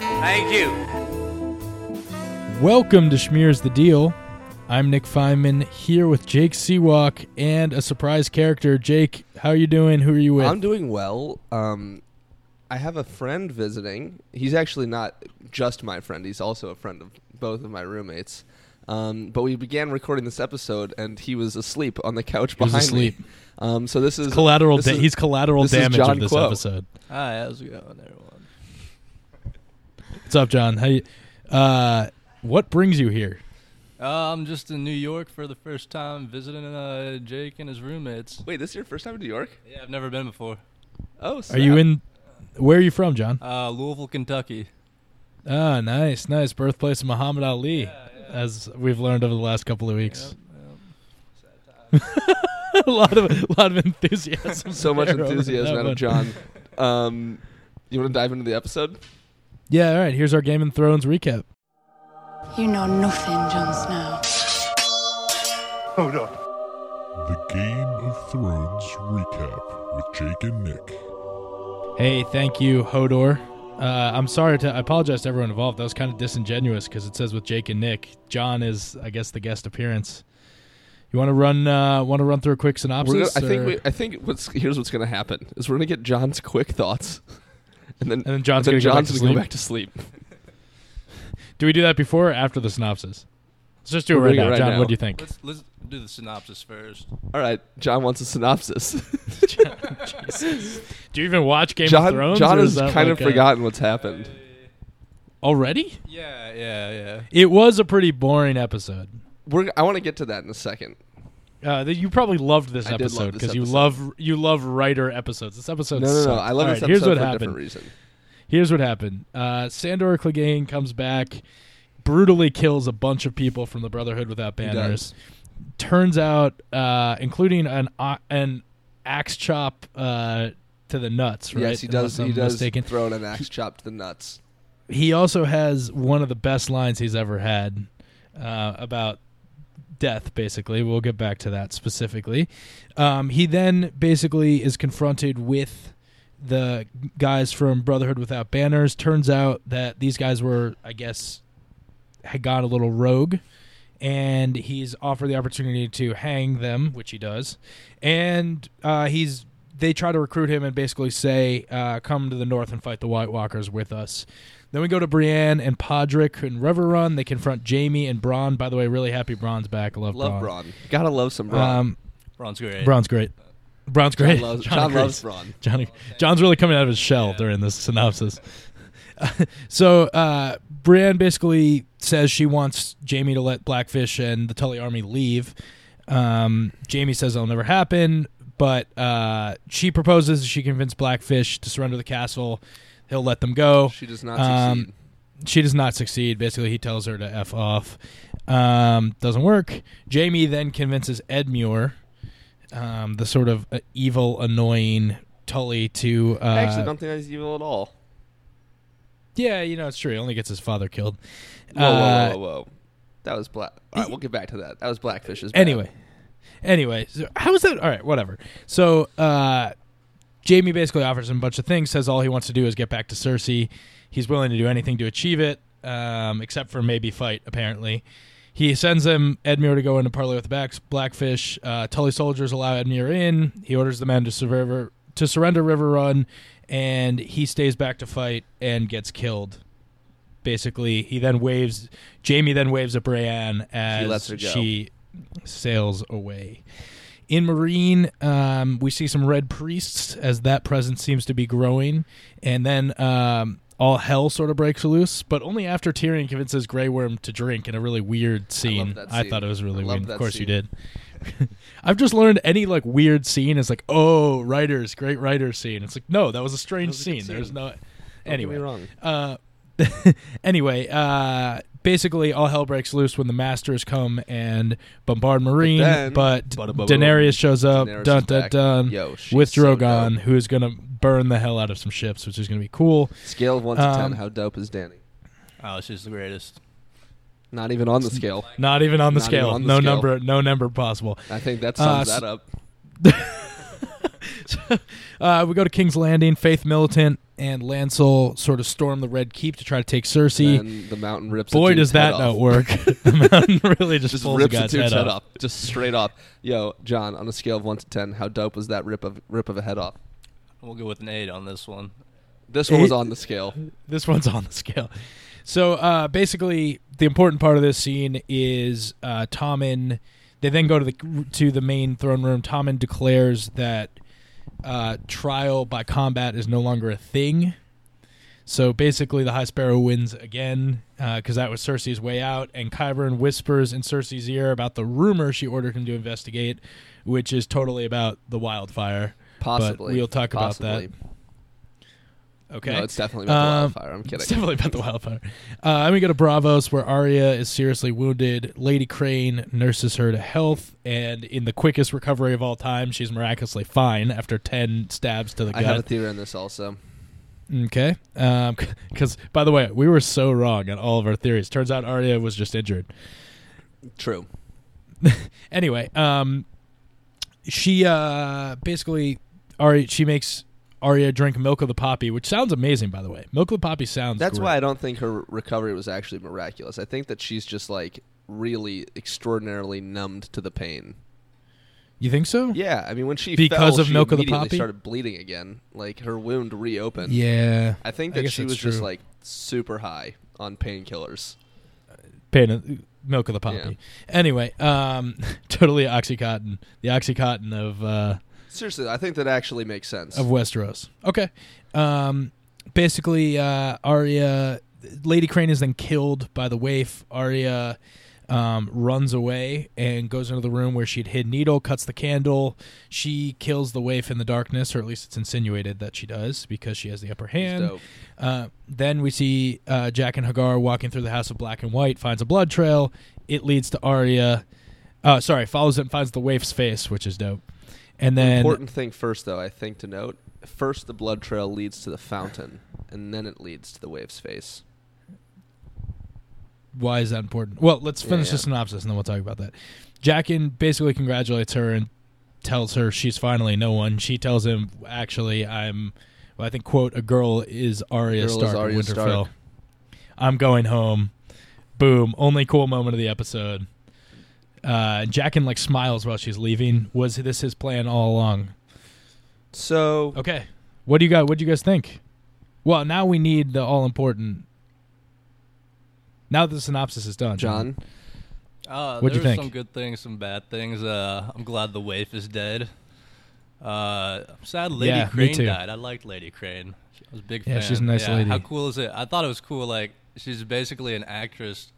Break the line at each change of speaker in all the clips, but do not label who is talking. Thank you.
Welcome to Schmears the Deal. I'm Nick Feynman here with Jake Seawalk and a surprise character. Jake, how are you doing? Who are you with?
I'm doing well. Um, I have a friend visiting. He's actually not just my friend. He's also a friend of both of my roommates. Um, but we began recording this episode, and he was asleep on the couch
was
behind
asleep.
me. Um, so this is
collateral.
this
da-
is-
he's collateral
this is
damage
John
of this
Quo.
episode.
Hi, how's it going, everyone?
What's up, John? How you? Uh, what brings you here?
Uh, I'm just in New York for the first time visiting uh, Jake and his roommates.
Wait, this is your first time in New York?
Yeah, I've never been before.
Oh,
Are you in? Where are you from, John?
Uh, Louisville, Kentucky.
Ah, nice, nice. Birthplace of Muhammad Ali, as we've learned over the last couple of weeks. a lot of a lot of enthusiasm.
so much
there over
enthusiasm
that
out
one.
of John? Um, you want to dive into the episode?
Yeah, all right. Here's our Game of Thrones recap.
You know nothing, Jon Snow.
The Game of Thrones recap with Jake and Nick.
Hey, thank you, Hodor. Uh, I'm sorry to. I apologize to everyone involved. That was kind of disingenuous because it says with Jake and Nick. John is, I guess, the guest appearance. You want to run? Uh, want to run through a quick synopsis?
We're gonna, I think
or-
we, I think what's here's what's going to happen is we're going to get John's quick thoughts, and then
And then John's
and then
gonna go back
John's
to
gonna
sleep.
go back to sleep.
do we do that before or after the synopsis? Let's just do it
We're
right
doing it
now,
right
John.
now.
What do you think?
Let's let's do the synopsis first.
All right, John wants a synopsis.
Jesus. Do you even watch Game
John,
of Thrones?
John
or
has
is that
kind
like
of
a-
forgotten what's happened.
already.
Yeah, yeah, yeah.
It was a pretty boring episode.
We're, I want to get to that in a second.
Uh, th- you probably loved this
I did love
episode
this
because you
episode.
love you love writer episodes. This episode
No, no, no.
sucked.
I love
All
this
right,
episode
here's what
for a
happened.
different reason.
Here's what happened. Uh, Sandor Clegane comes back, brutally kills a bunch of people from the Brotherhood without
does.
banners. Turns out, uh, including an uh, an axe chop uh, to the nuts. Right?
Yes, he
Unless
does.
I'm
He does
Mistaken.
throw in an axe chop to the nuts.
He also has one of the best lines he's ever had uh, about death. Basically, we'll get back to that specifically. Um, he then basically is confronted with the guys from Brotherhood Without Banners. Turns out that these guys were, I guess, had gone a little rogue, and he's offered the opportunity to hang them, which he does. And uh, he's they try to recruit him and basically say, uh, "Come to the north and fight the White Walkers with us." Then we go to Brienne and Podrick and River Run. They confront Jamie and Braun. By the way, really happy Braun's back. I love,
Love Braun. Gotta love some Braun.
Um,
Braun's great.
Braun's great. Braun's
John
great.
loves,
John
John
agrees.
loves Braun.
Johnny, John's really coming out of his shell during this synopsis. so uh, Brienne basically says she wants Jamie to let Blackfish and the Tully army leave. Um, Jamie says that'll never happen, but uh, she proposes that she convince Blackfish to surrender the castle. He'll let them go.
She does not
Um,
succeed.
She does not succeed. Basically, he tells her to f off. Um, doesn't work. Jamie then convinces Ed Muir, um, the sort of uh, evil, annoying Tully, to uh,
I actually don't think that's evil at all.
yeah, you know it's true. He only gets his father killed.
Whoa,
Uh,
whoa, whoa, whoa, whoa. That was black. All right, we'll get back to that. That was Blackfish's. bad.
Anyway, anyway, so how is that? All right, whatever. So uh, Jamie basically offers him a bunch of things. Says all he wants to do is get back to Cersei. He's willing to do anything to achieve it, um, except for maybe fight. Apparently, he sends him Edmure to go into parley with the Blacks, Blackfish. Uh, Tully soldiers allow Edmure in. He orders the men to surrender to surrender River Run, and he stays back to fight and gets killed. Basically, he then waves. Jamie then waves at Brienne as
lets her go.
she sails away. In Marine, um, we see some red priests as that presence seems to be growing, and then um, all hell sort of breaks loose, but only after Tyrion convinces Grey Worm to drink in a really weird scene.
that
I
scene.
thought it was really
I love
weird. Of
that
course, you
scene.
did. I've just learned any like weird scene is like, oh, writers, great writer scene. It's like, no, that was a strange
was a
scene.
good
There's
scene.
no.
Don't get me
Anyway,
wrong.
uh, anyway, uh, basically all hell breaks loose when the masters come and bombard Marine,
then-
but,
Ba-da-ba-boom.
Daenerys shows up,
Daenerys
dun
is
dun
back.
dun,
Yo, she's
with
so
Drogon,
dope.
who's gonna burn the hell out of some ships, which is gonna be cool.
Scale of one to ten.
um,
How dope is Danny?
Oh, she's the greatest.
Not even on the scale.
Not even on the
Not even
scale,
on the
no
scale.
number, no number possible.
I think that
Uh,
sums
s-
that up.
uh, we go to King's Landing, Faith Militant, and Lancel sort of storm the Red Keep to try to take Cersei.
and the mountain rips. a
Boy,
dude's
does that
head
not
off.
work. the mountain really just,
Just
pulls
rips
a
a
guy's
dude's head
off.
off, just straight off. Yo, John, on a scale of one to ten, how dope was that rip of rip of a head off?
We'll go with an eight on this one.
This one was
Eight.
on the scale.
This one's on the scale. So uh, basically, the important part of this scene is uh, Tommen. They then go to the to the main throne room. Tommen declares that uh, trial by combat is no longer a thing. So basically, the High Sparrow wins again because that was Cersei's way out. And Kyvern whispers in Cersei's ear about the rumor she ordered him to investigate, which is totally about the wildfire.
Possibly.
but we'll talk
Possibly.
about that. Okay,
No, it's definitely about the
Um,
wildfire. I'm
it's
kidding.
definitely about the wildfire. Uh, and we go to Bravos, where Arya is seriously wounded. Lady Crane nurses her to health, and in the quickest recovery of all time, she's miraculously fine after 10 stabs to the
I have a
gut.
theory on this also.
okay. Because, by the way, we were so wrong on all of our theories. Turns out Arya was just injured.
True.
anyway, um, she uh, basically Arya, she makes Arya drink milk of the poppy, which sounds amazing, by the way. Milk of the poppy sounds
That's
great.
why I don't think her recovery was actually miraculous. I think that she's just like really extraordinarily numbed to the pain.
You think so?
Yeah, I mean when she
Because
fell,
of
she
Milk of the
immediately
Poppy?
started bleeding again. Like her wound reopened.
Yeah.
I think
I
that
guess
she
that's
was just
true.
like super high on painkillers.
pain milk of the poppy. Anyway, um, totally oxycontin, the oxycontin of uh,
Seriously, I think that actually makes sense.
of Westeros. Okay, um, basically, uh, Arya, Lady Crane is then killed by the waif. Arya um, runs away and goes into the room where she'd hid Needle, cuts the candle. She kills the waif in the darkness, or at least it's insinuated that she does because she has the upper
It's
hand.
dope.
Uh, then we see uh, Jack and Hagar walking through the House of Black and White, finds a blood trail. It leads to Arya. Uh, sorry, follows it and finds the waif's face, which is dope. And then
Important thing first, though, I think to note: first, the blood trail leads to the fountain, and then it leads to the wave's face.
why is that important? Well, let's
Yeah,
finish
yeah.
the synopsis and then we'll talk about that. Jackin basically congratulates her and tells her she's finally no one. She tells him, actually, I'm, well, I think, quote, a girl is Arya
Girl is
Stark of
Arya
Winterfell.
Stark.
I'm going home. Boom. Only cool moment of the episode. Uh, Jackin, like, smiles while she's leaving. Was this his plan all along?
So
Okay. What do you got? What do you guys think? Well, now we need the all important. Now that the synopsis is done,
John,
Uh,
What'd
there
you
were
think?
some good things, some bad things. Uh, I'm glad the waif is dead. Uh, I'm sad Lady
Yeah, me
Crane
too.
died. I liked Lady Crane. She- I was a big
Yeah,
fan.
she's a nice lady.
How cool is it? I thought it was cool. Like she's basically an actress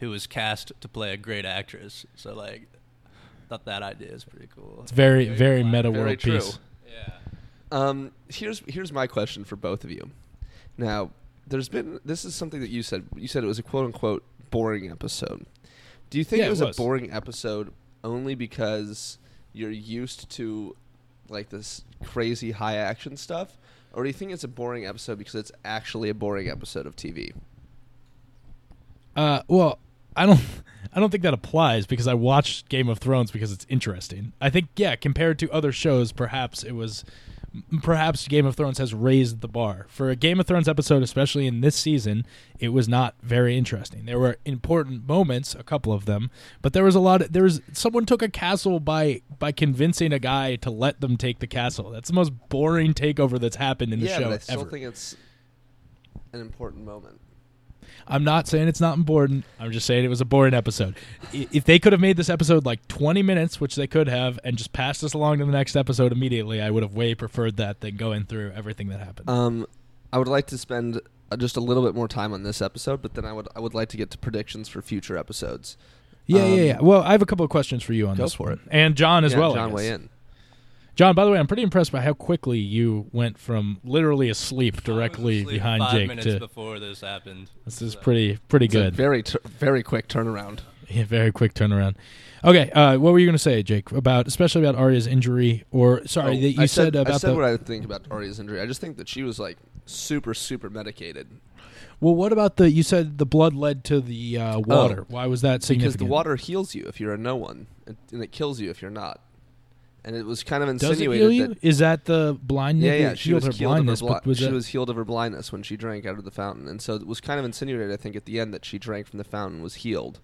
who was cast to play a great actress. So like, thought that idea is pretty cool.
It's very, very meta
Very
world
true.
piece.
Yeah.
um, here's here's my question for both of you. Now, there's been this is something that you said. You said it was a quote unquote boring episode. Do you think
Yeah,
it
it
was,
was.
a boring episode only because you're used to like this crazy high action stuff, or do you think it's a boring episode because it's actually a boring episode of TV?
Uh, well, I don't, I don't think that applies because I watched Game of Thrones because it's interesting. I think, yeah, compared to other shows, perhaps it was, m- perhaps Game of Thrones has raised the bar for a Game of Thrones episode, especially in this season. It was not very interesting. There were important moments, a couple of them, but there was a lot. Of, there was someone took a castle by by convincing a guy to let them take the castle. That's the most boring takeover that's happened in the
yeah,
show
but I still
ever.
think it's an important moment.
I'm not saying it's not important. I'm just saying it was a boring episode. I- If they could have made this episode like 20 minutes, which they could have, and just passed us along to the next episode immediately, I would have way preferred that than going through everything that happened.
Um, I would like to spend uh, just a little bit more time on this episode, but then I would I would like to get to predictions for future episodes.
yeah, yeah,
um,
yeah. Well, I have a couple of questions for you on
Go
this
for
one.
it.
and John as
Yeah,
well. I
John,
guess.
weigh in.
John, by the way, I'm pretty impressed by how quickly you went from literally asleep directly
I was asleep
behind
five
Jake
minutes
to
before this happened.
this is
So-
pretty pretty
It's a
good.
very tur- very quick turnaround.
Yeah, very quick turnaround. Okay, uh, what were you going to say, Jake? About especially about Arya's injury, or sorry,
Oh,
that you
I
said,
said,
about
I said
the
what I think about Arya's injury. I just think that she was like super super medicated
Well, what about the? You said the blood led to the uh, water. Why was that
Oh, because
significant?
the water heals you if you're a no one, and, and it kills you if you're not. and it was kind of
Does it heal
insinuated
you?
that
Is that the blindness?
yeah, yeah,
It
she
healed
was
her
healed
blindness,
of her
but
bli-
was
she
it-
was healed of her blindness when she drank out of the fountain, and so it was kind of insinuated, I think, at the end that she drank from the fountain was healed.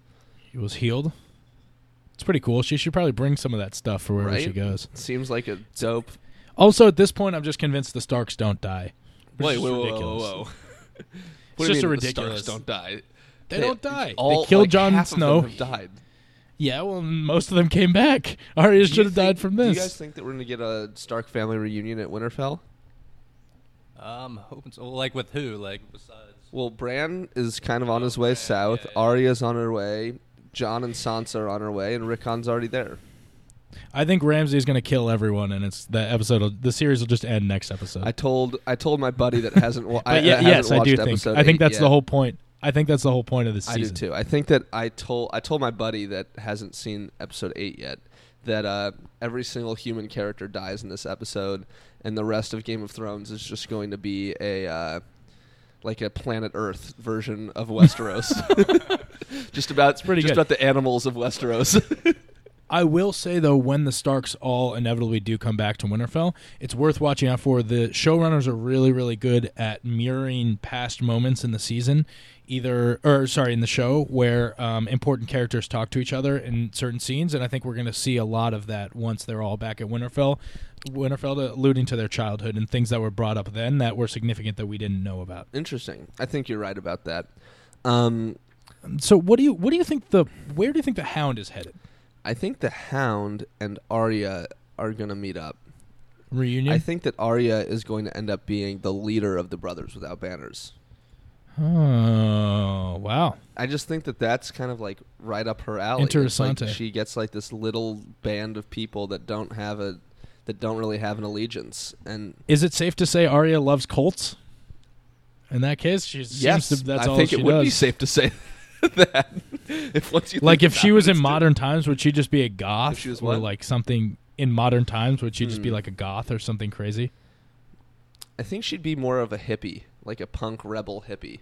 it was healed. It's pretty cool. She should probably bring some of that stuff for wherever
Right?
she goes.
Seems like a dope.
Also, at this point, I'm just convinced the Starks don't die. Which
Wait,
is
whoa, whoa, whoa,
ridiculous.
whoa!
It's
What do you
just a
mean the Starks
ridiculous.
don't die.
They, don't die.
all-
they killed
like,
Jon
half of them
Snow.
have died.
Yeah, well, most of them came back. Arya
Do you
should have died
think-
from
Do you guys
this.
think that we're gonna get a Stark family reunion at Winterfell?
Um, hoping so. Well, like with who? Like besides?
Well, Bran is kind of on his way
Bran,
south.
yeah, yeah.
Arya's on her way. John and Sansa are on her way, and Rickon's already there.
I think Ramsay's going to kill everyone, and it's the episode. Will, the series will just end next episode.
I told I told my buddy that hasn't. Wa- I,
but yeah,
that
yes,
hasn't
I
watched
do think.
episode
I think
eight
that's
yet.
the whole point. I think that's the whole point of this
I
season.
do too. I think that I told I told my buddy that hasn't seen episode eight yet that uh, every single human character dies in this episode, and the rest of Game of Thrones is just going to be a uh, like a planet Earth version of Westeros. just about
pretty
just
good.
about the animals of Westeros.
I will say though, when the Starks all inevitably do come back to Winterfell, it's worth watching out for. The showrunners are really, really good at mirroring past moments in the season, either or sorry, in the show where um, important characters talk to each other in certain scenes, and I think we're going to see a lot of that once they're all back at Winterfell. Winterfell alluding to their childhood and things that were brought up then that were significant that we didn't know about.
Interesting. I think you're right about that. Um,
So, what do you what do you think the where do you think the Hound is headed?
I think the Hound and Arya are gonna meet up.
Reunion.
I think that Arya is going to end up being the leader of the Brothers Without Banners.
oh wow.
I just think that that's kind of like right up her alley. It's like
Interessante.
she gets like this little band of people that don't have a that don't really have an allegiance, and
Is it safe to say Arya loves Colts? In that case, she
yes,
seems to, that's
I
all
think
she
it would
does.
be safe to say that. if once you
Like
think
if she
about
was
it,
in
it's
modern times, would she just be a goth?
If she was
or
what?
like something in modern times, would she just be
Hmm.
like a goth or something crazy?
different. I think she'd be more of a hippie, like a punk rebel hippie.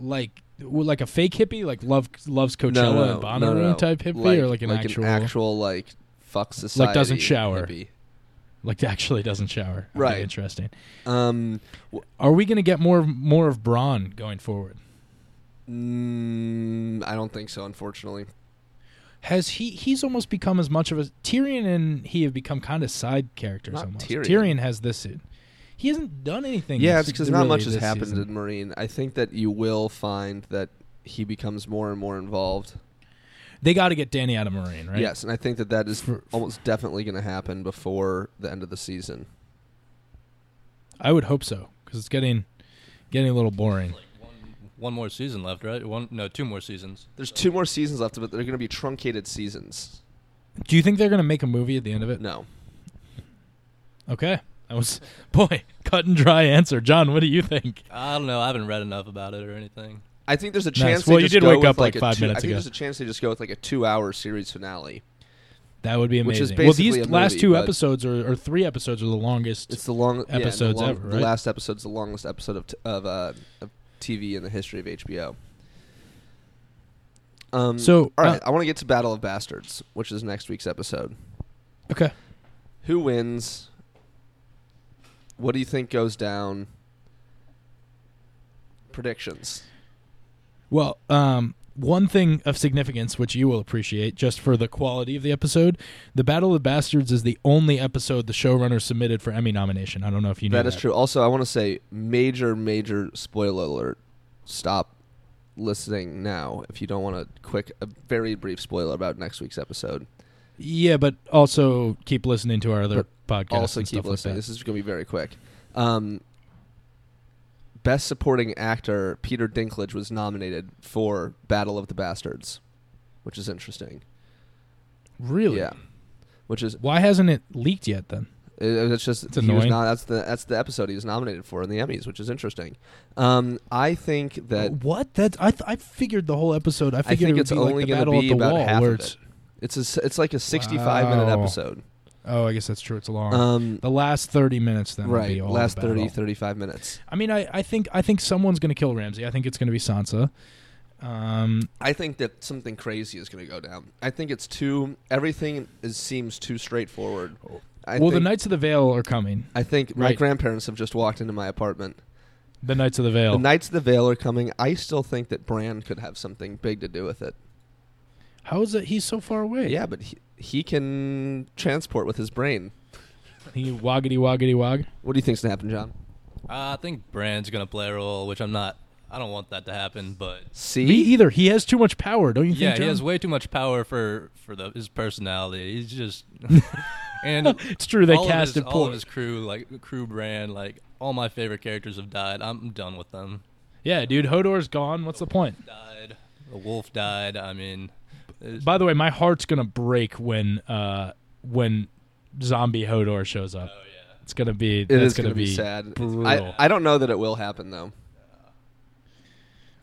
Like well, like a fake hippie, like love loves Coachella
no, no,
and Bonnaroo
no, no, no.
type hippie,
like,
or like an actual,
actual like fuck society,
doesn't shower.
hippie.
like actually doesn't shower. That'd be
Right.
interesting.
Um,
Are we going to get more more of Braun going forward?
mm, I don't think so, unfortunately.
Has he? He's almost become as much of a Tyrion, and he have become kind of side characters.
Not
almost.
Tyrion.
has this. He hasn't done anything.
Yeah,
this-
it's because
really
not much has
this
happened
season.
in Marine. I think that you will find that he becomes more and more involved.
They got to get Danny out of Marine, right?
Yes, and I think that that is
For-
almost definitely going to happen before the end of the season.
I would hope so because it's getting getting a little boring.
One more season left, right? One, no, two more seasons.
There's two more seasons left, but they're going to be truncated seasons.
Do you think they're going to make a movie at the end of it?
No,
Okay, that was boy cut and dry answer. John, what do you think?
I don't know. I haven't read enough about it or anything.
I think there's a
Nice.
chance.
Well,
they
you
just
did
go
wake
with
up like
a
five
two-
minutes
I think
ago.
there's a chance they just go with like a two-hour series finale.
That would be
Which
amazing.
is
well,
basically
these
a
last
movie,
two
but-
episodes or, or three episodes are the longest.
It's the long yeah,
Episodes
the long-
ever,
The
right?
last episode's the longest episode of t- of, uh, of TV in the history of HBO. Um,
So,
all right,
uh,
I want to get to Battle of Bastards, which is next week's episode.
okay,
Who wins? What do you think goes down? Predictions.
Well, um, one thing of significance, which you will appreciate just for the quality of the episode, the Battle of the Bastards is the only episode the showrunner submitted for Emmy nomination. I don't know if you know
that is true. Also, I want to say major, major spoiler alert. Stop listening now if you don't want a quick, a very brief spoiler about next week's episode.
Yeah, but also keep listening to our other podcasts.
also
and
keep
stuff
listening.
Like
this is going to be very quick. Um, best supporting actor Peter Dinklage was nominated for Battle of the Bastards, which is interesting.
that. Really?
Yeah, which is
Why hasn't it leaked yet? Then
it, it's just
It's
he was
annoying.
not, that's the that's the episode he was nominated for in the Emmys, which is interesting. Um, I think that
what? That I th- I figured the whole episode. Oh, I
I
figured
think
it would
it's
be
only
like the
going to
battle
be
at the
about
wall,
half
where
of
it's-
it. It's a s- it's like a sixty-five minute
Wow.
episode.
Oh, I guess that's true. It's a long.
Um,
the last thirty minutes then. would
right,
be all
last
the battle.
30, 35 minutes.
I mean, I, I think I think someone's going to kill Ramsey. I think it's going to be Sansa. Um,
I think that something crazy is going to go down. I think it's too everything is seems too straightforward. I
well, the
think,
Knights of the Veil are coming.
I think my
Right.
grandparents have just walked into my apartment.
The Knights of the Veil.
The Knights of the Veil are coming. I still think that Brand could have something big to do with it.
How is it? He's so far away.
Yeah, but he, he can transport with his brain.
He woggity woggity wog.
What do you think's going to happen, John?
Uh, I think Brand's gonna play a role, which I'm not. I don't want that to happen, but
See,
Me either. He has too much power, don't you think?
yeah, he
John?
has way too much power for for the, his personality. He's just and
It's true. They
all of
cast
his-
it
all
poor.
of his crew, like crew Brand, like all my favorite characters have died. I'm done with them.
Yeah, dude. Hodor's gone. What's the point?
Died. The wolf died. I mean, it's-
By the way, my heart's gonna break when uh when zombie Hodor shows up.
oh yeah.
It's gonna be.
it
that's
is going to be, sad. I,
brutal.
I don't know that it will happen though.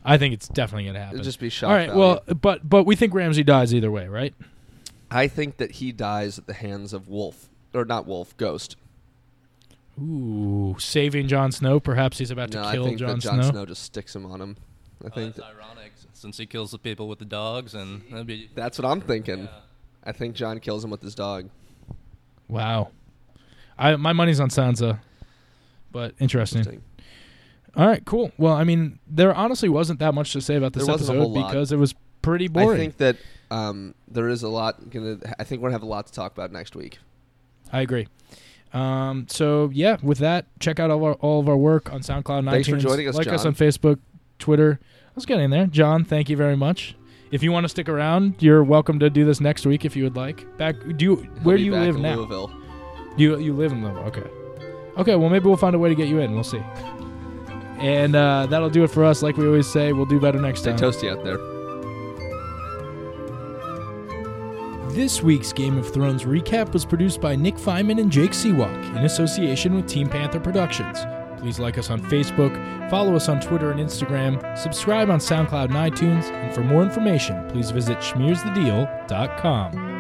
I think it's definitely gonna happen.
It'd just be shock
All right.
value.
Well, but but we think Ramsey dies either way, right?
I think that he dies at the hands of Wolf, or not Wolf, Ghost.
Ooh, saving Jon Snow. Perhaps he's about to
no,
kill
I think
Jon
that Jon
Snow.
Snow. just sticks him on him. I
Oh,
think
that's ironic since he kills the people with the dogs, and that'd be
That's what I'm thinking.
Yeah.
I think John kills him with his dog.
Wow. I my money's on Sansa. But interesting.
Interesting.
All right, cool. Well, I mean, there honestly wasn't that much to say about this
There wasn't a
episode
whole lot.
because it was pretty
I
boring.
think that um, there is a lot gonna. I think we're gonna have a lot to talk about next week.
I agree. Um, so yeah, with that, check out all of our, all of our work on SoundCloud. And
Thanks for
iTunes.
joining us,
Like us
John.
on Facebook, Twitter. I was getting there, John. Thank you very much. If you want to stick around, you're welcome to do this next week if you would like. Back, do you?
He'll
Where
be
do you
back
live
in
now?
Louisville.
You you live in Louisville. Okay. Okay. Well, maybe we'll find a way to get you in. We'll see. And uh, that'll do it for us. Like we always say, we'll do better next
Stay
time.
toasty out there.
This week's Game of Thrones recap was produced by Nick Feynman and Jake Seawalk in association with Team Panther Productions. Please like us on Facebook, follow us on Twitter and Instagram, subscribe on SoundCloud and iTunes, and for more information, please visit schmearsthedeal.com.